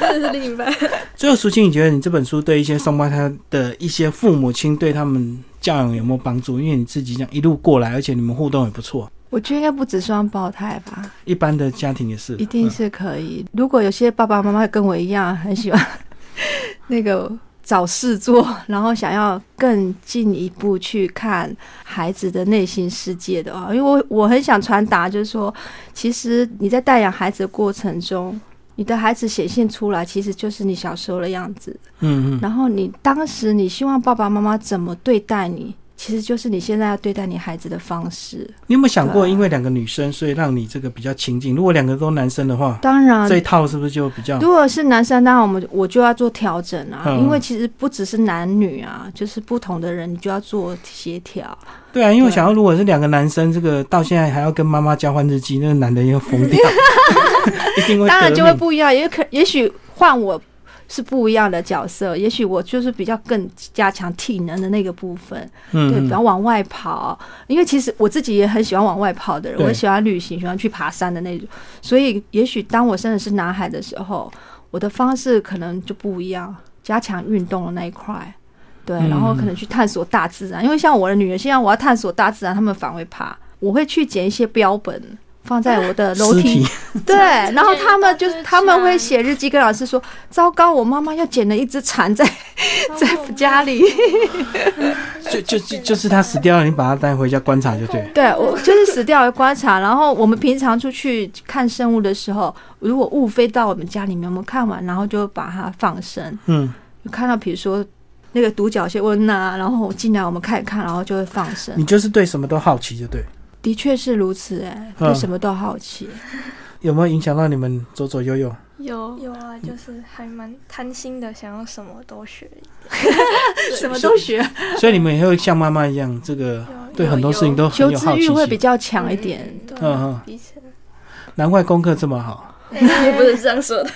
真的是另一半，最后淑清，你觉得你这本书对一些双胞胎的一些父母亲对他们教养有没有帮助？因为你自己这样一路过来，而且你们互动也不错，我觉得应该不止双胞胎吧。一般的家庭也是，一定是嗯可以。如果有些爸爸妈妈跟我一样很喜欢 那个找事做，然后想要更进一步去看孩子的内心世界的话，因为我我很想传达，就是说，其实你在带养孩子的过程中。你的孩子显现出来，其实就是你小时候的样子。嗯嗯然后你当时你希望爸爸妈妈怎么对待你，其实就是你现在要对待你孩子的方式。你有没有想过，对啊因为两个女生，所以让你这个比较亲近？如果两个都男生的话，当然这，一套是不是就比较？啊如果是男生，当然我们我就要做调整啊，嗯因为其实不只是男女啊，就是不同的人，你就要做协调。对啊，因为我对想要，如果是两个男生，这个到现在还要跟妈妈交换日记，那个男的也疯 掉，一定会当然得就会病不一样，也可也许换我是不一样的角色，也许我就是比较更加强体能的那个部分，对，比嗯，方往外跑，因为其实我自己也很喜欢往外跑的人，对我喜欢旅行，喜欢去爬山的那种，所以也许当我真的是男孩的时候，我的方式可能就不一样，加强运动的那一块。对，嗯然后可能去探索大自然，因为像我的女儿，现在我要探索大自然，他们反而会怕。我会去捡一些标本，放在我的楼尸梯体 对，这然后这他一们大就是啊堆他们会蝉写日记跟老师说：“糟糕，我妈妈又捡了一只蝉 在在家里。 就就就就是他死掉了，你把他带回家观察就对了。 对我就是死掉了观察。然后我们平常出去看生物的时候，如果雾飞到我们家里面，我们看完然后就把它放生。嗯，就看到比如说那个独角仙温呐，然后进来我们看一看，然后就会放生。你就是对什么都好奇就对了。的确是如此、哎，嗯对什么都好 奇。有没有影响到你们左左右右？有有啊，就是还蛮贪心的，想要什么都学。什么都学，所以你们也会像妈妈一样，这个有啊对有很多事情都很求有知好奇欲会比心。较强一点。嗯对嗯嗯，比起来难怪功课这么好， 也不是这样说的，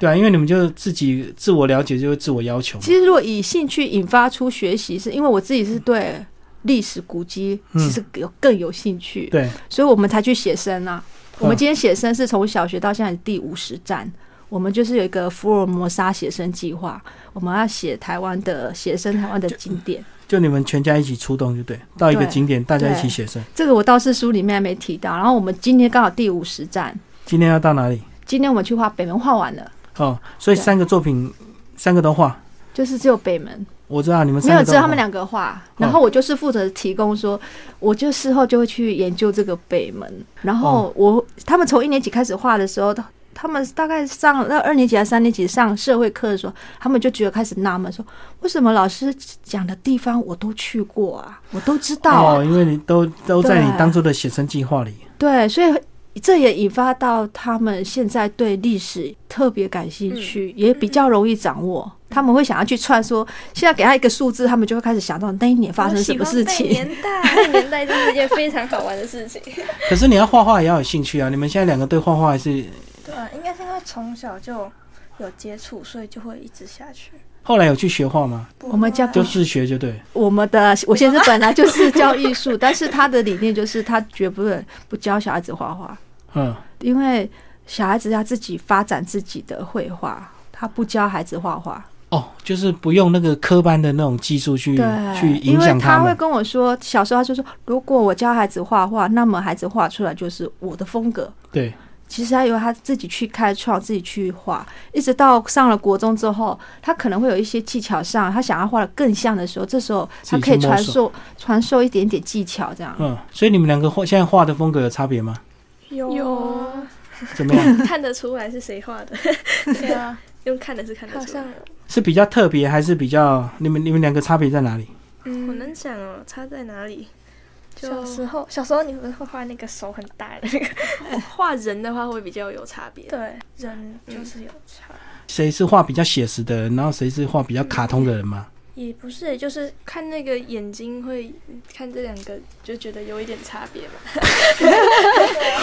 对啊，因为你们就自己自我了解，就会自我要求嘛。其实，如果以兴趣引发出学习，是因为我自己是对历史古迹嗯其实有更有兴趣，对，所以我们才去写生啊。我们今天写生是从小学到现在第五十站，我们就是有一个福尔摩沙写生计划，我们要写台湾的写生台湾的景点。就你们全家一起出动就对，到一个对景点大家一起对写生。这个我倒是书里面没提到。然后我们今天刚好第五十站，今天要到哪里？今天我们去画北门，画完了，哦，所以对三个作品，三个都画。就是只有北门。我知道你们没三有，个都嗯只画有他们两个画，然后我就是负责提供说，我就事后就会去研究这个北门，然哦后我他们从一年级开始画的时候，他他们大概上那二年级还是三年级上社会课的时候，他们就觉得开始纳闷说，为什么老师讲的地方我都去过啊，我都知道啊，哦，因为你都都在你对当初的写生计划里。对，所以这也引发到他们现在对历史特别感兴嗯趣，也比较容易掌握。他们会想要去串说，现在给他一个数字，他们就会开始想到那一年发生什么事情。我喜欢背年代，那个年代真是一件非常好玩的事情。可是你要画画也要有兴趣啊！你们现在两个对画画还是 对啊，应该是因为从小就有接触，所以就会一直下去。后来有去学画吗？不我们家会啊就自学就对。我们的我先生本来就是教艺术，但是他的理念就是他绝不能不教小孩子画画，嗯，因为小孩子要自己发展自己的绘画，他不教孩子画画。哦，就是不用那个科班的那种技术去嗯去对，因影为响他会们。跟我说，小时候他就说，如果我教孩子画画，那么孩子画出来就是我的风格。对，其实他由他自己去开创，自己去画，一直到上了国中之后，他可能会有一些技巧上，他想要画的更像的时候，这时候他可以自己去摸传索授传授一点点技巧，这样。嗯，所以你们两个画现在画的风格有差别 吗？有啊怎么样？看得出来是谁画的，对啊， 用看的是看得好出来像。是比较特别，还是比较你们你们两个差别在哪里？嗯，我能讲哦，差在哪里？小就时候，小时候你们会画那个手很大的那个，画人的话会比较有差别。 对，人就是有差，谁是画比较写实的人，然后谁是画比较卡通的人吗？也不是，欸就是看那个眼睛会看这两个，就觉得有一点差别嘛。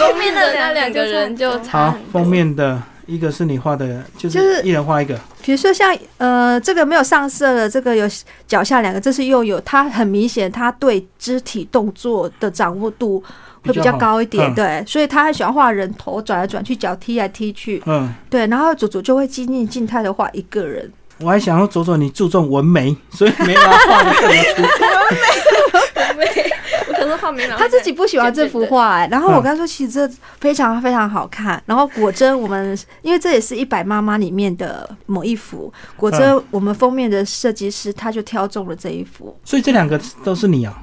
封面的那两个人就差好很，多封面的一个是你画的，就就是是一人画一个。比如说像呃，这个没有上色的，这个有脚下两个，这是又有，它很明显，它对肢体动作的掌握度会比较高一点，比较对，所以他很喜欢画人头转来转去，脚踢来踢去，嗯，对，然后祖祖就会静静静态的画一个人，我还想要佐佐你注重纹眉，所以没把它画的特别粗。 我可是画眉毛，他自己不喜欢这幅画、哎，然后我跟他说，其实这非常非常好看。然后果真，我们因为这也是一百妈妈里面的某一幅，果真我们封面的设计师他就挑中了这一幅，所以这两个都是你啊，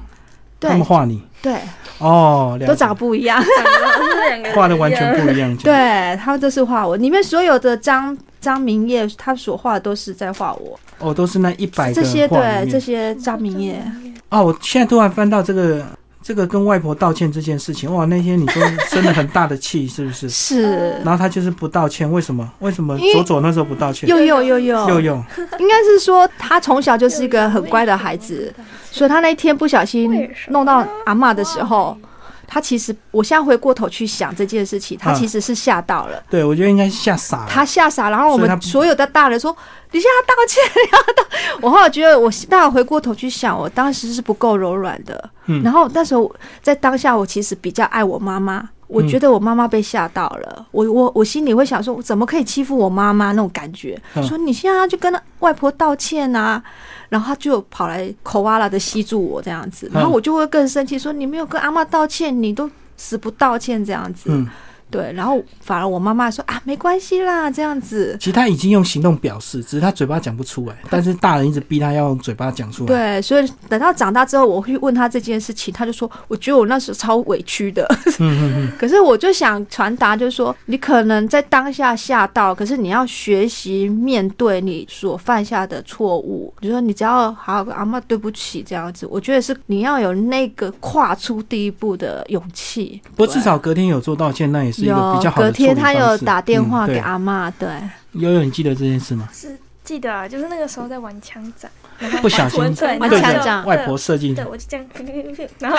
对他们画你对，哦，两都个长得不一样。长得是两个人画的完全不一样。这样，对他们都是画我，里面所有的张张明业他所画的都是在画我，哦，都是那一百这个些画里对这面。些张明业，哦，我现在突然翻到这个这个跟外婆道歉这件事情，哇，那天你说生了很大的气，是不是？是然后他就是不道歉，为什么？为什么因为左左那时候不道歉？又又又又又，又应该是说他从小就是一个很乖的孩子，所以他那一天不小心为什么弄到阿嬷的时哦候，他其实我现在回过头去想这件事情，他嗯其实是吓到了。对我觉得应该吓傻了。他吓傻，然后我所以他们不所有的大人说：“你向他道歉，你向他道。”我后来觉得，我大回过头去想，我当时是不够柔软的。嗯然后那时候在当下，我其实比较爱我妈妈。我觉得我妈妈被吓到了，我我我心里会想说，我怎么可以欺负我妈妈那种感觉？嗯说你现在要去跟外婆道歉啊，然后他就跑来口哇啦的吸住我这样子，然后嗯我就会更生气，说你没有跟阿妈道歉，你都死不道歉这样子。嗯，对，然后反而我妈妈说啊，没关系啦，这样子。其实他已经用行动表示，只是他嘴巴讲不出来，但是大人一直逼他要用嘴巴讲出来。对，所以等到长大之后，我会问她这件事情，她就说，我觉得我那时候超委屈的。 嗯，嗯嗯可是我就想传达，就是说，你可能在当下吓到，可是你要学习面对你所犯下的错误。比如说，你只要好好跟阿妈对不起这样子，我觉得是你要有那个跨出第一步的勇气。嗯。不过至对少隔天有做道歉，那也是一个有比较好的隔天处理她方有式打电话嗯对给阿妈，对， 悠悠，你记得这件事吗？是记得啊，就是那个时候在玩枪战，然后不小心玩对玩然后枪就战外婆射进对，我就这样， 砰砰砰砰然后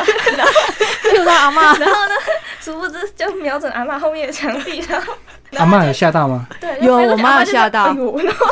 就到阿妈然后呢，殊不知就瞄准阿妈后面的墙壁，然后阿妈有吓到吗？对，有然后我妈有吓到哎呦然后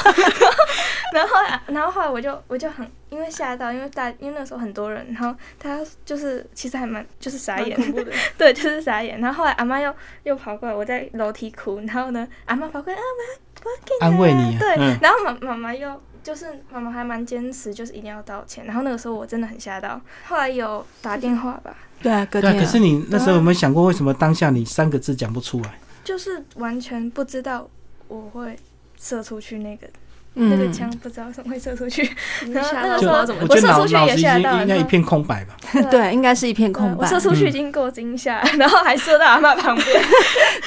然后后来然后后来我就我就很因为吓到，因为大因为那时候很多人，然后他就是其实还蛮就是傻蛮眼，恐怖的。 对，就是傻眼。然后后来阿妈又又跑过来，我在楼梯哭，然后呢，阿妈跑过来，啊妈，我给你啊安慰你啊对，嗯然后妈妈妈又就是妈妈还蛮坚持，就是一定要道歉。然后那个时候我真的很吓到，后来有打电话吧，对，隔对啊，天可是你那时候有没有想过，为什么当下你三个字讲不出来？就是完全不知道我会射出去那个、那那嗯个枪，不知道怎么会射出去。 然后吓那到不个就知道时候怎么我嗯我觉射得脑出去脑也子已吓经到了，应该一片空白吧？对。对，应该是一片对空我白。射出去已经够惊吓， 然后还射到阿妈旁边，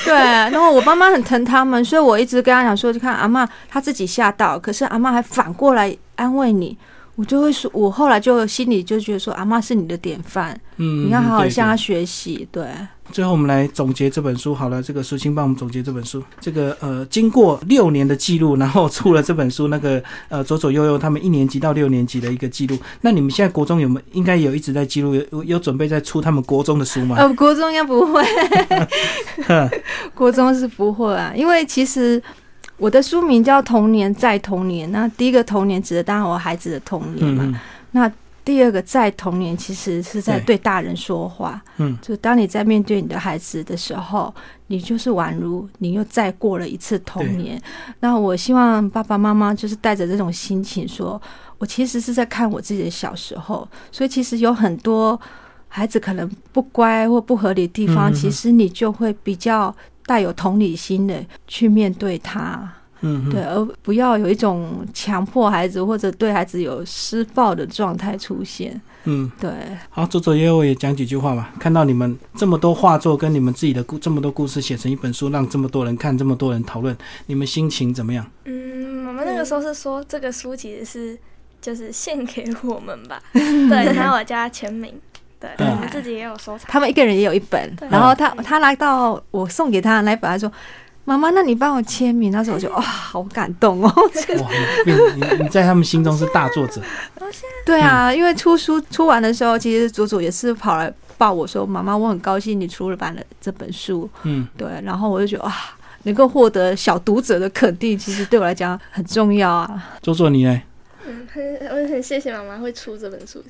对，然后我妈妈很疼他们，所以我一直跟她讲说，就看阿嬷她自己吓到，可是阿嬷还反过来安慰你。我就会说，我后来就心里就觉得说，阿嬷是你的典范，嗯，你要好好对向对她学习。对，最后我们来总结这本书。好了，这个苏青帮我们总结这本书。这个呃，经过六年的记录，然后出了这本书。那个呃，左左右右他们一年级到六年级的一个记录。那你们现在国中有没有应该有一直在记录，有有准备在出他们国中的书吗？呃，国中应该不 会，国中是不会啊，因为其实我的书名叫《童年再童年》，那第一个童年指的当然我孩子的童年嗯嘛，嗯第二个在童年其实是在对对大人说话，嗯，就当你在面对你的孩子的时候，你就是宛如你又再过了一次童年。那我希望爸爸妈妈就是带着这种心情说，我其实是在看我自己的小时候，所以其实有很多孩子可能不乖或不合理的地方，嗯嗯嗯其实你就会比较带有同理心的去面对他。嗯，嗯对，，而不要有一种强迫孩子或者对孩子有施暴的状态出现。嗯。对，好，左左右右哦也讲几句话吧。看到你们这么多画作跟你们自己的故这么多故事写成一本书，让这么多人看，这么多人讨论，你们心情怎么 样？ 嗯，我们那个时候是说这个书其实是就是献给我们 吧，对，然后我加签名，对，嗯我们自己也有收藏，他们一个人也有一本，对然后他他拿到我送给他的那一本，他说：“妈妈，那你帮我签名。”那时候我就哇、好感动哦。哇，你你你在他们心中是大作者，对啊，因为出书出完的时候，其实祖祖也是跑来抱我说：“妈妈，我很高兴你出了版了这本书。嗯”对，然后我就觉得哇。能够获得小读者的肯定，其实对我来讲很重要啊。左左你呢？嗯，很 我很谢谢妈妈会出这本书。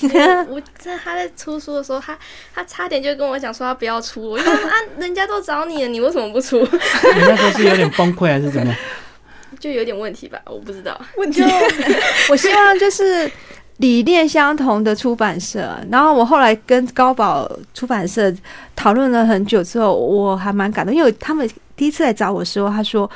因为我在她在出书的时候，她她差点就跟我讲说她不要出，我就说啊，人家都找你了，你为什么不出？ 你那时候是有点崩溃还是怎么样？就有点问题吧，我不知道。问题，我希望就是理念相同的出版社。然后我后来跟高宝出版社讨论了很久之后，我还蛮感动，因为他们第一次来找我的时候，他说。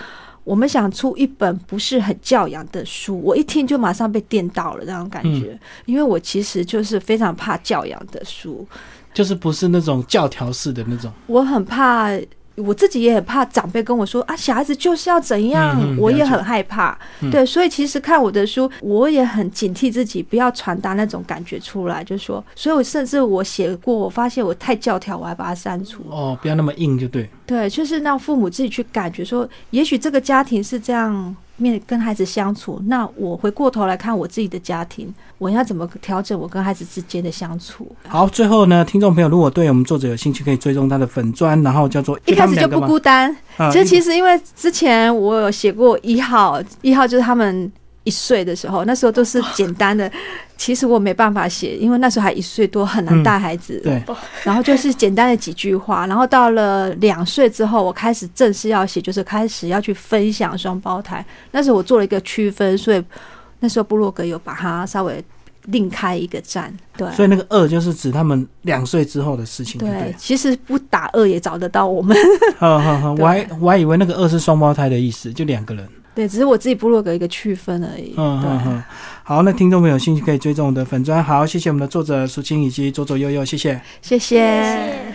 我们想出一本不是很教养的书，我一听就马上被电到了那种感觉，因为我其实就是非常怕教养的书，就是不是那种教条式的那种，我很怕我自己也很怕长辈跟我说啊，小孩子就是要怎样，嗯嗯我也了解很害怕。嗯对，所以其实看我的书，我也很警惕自己，不要传达那种感觉出来，就是说，所以我甚至我写过，我发现我太教条，我还把它删除。哦，不要那么硬就对。对，就是让父母自己去感觉说，也许这个家庭是这样面跟孩子相处，那我回过头来看我自己的家庭，我要怎么调整我跟孩子之间的相处？好，最后呢，听众朋友如果对我们作者有兴趣，可以追踪他的粉砖，然后叫做一开始就他们两个不吗孤单。啊这一其实因为之前我有写过一号，一号就是他们一岁的时候，那时候都是简单的。其实我没办法写，因为那时候还一岁多，很难带孩子。嗯对，然后就是简单的几句话，然后到了两岁之后，我开始正式要写，就是开始要去分享双胞胎。那时候我做了一个区分，所以那时候部落格有把它稍微另开一个站。对，所以那个二就是指他们两岁之后的事情，对不对对，？其实不打二也找得到我们。 好好好，对我还我还以为那个二是双胞胎的意思，就两个人。对，只是我自己部落格一个区分而已。嗯对。嗯嗯，好，那听众朋友有兴趣可以追踪我们的粉砖。好，谢谢我们的作者苏青以及佐佐悠悠，谢谢。谢谢。谢谢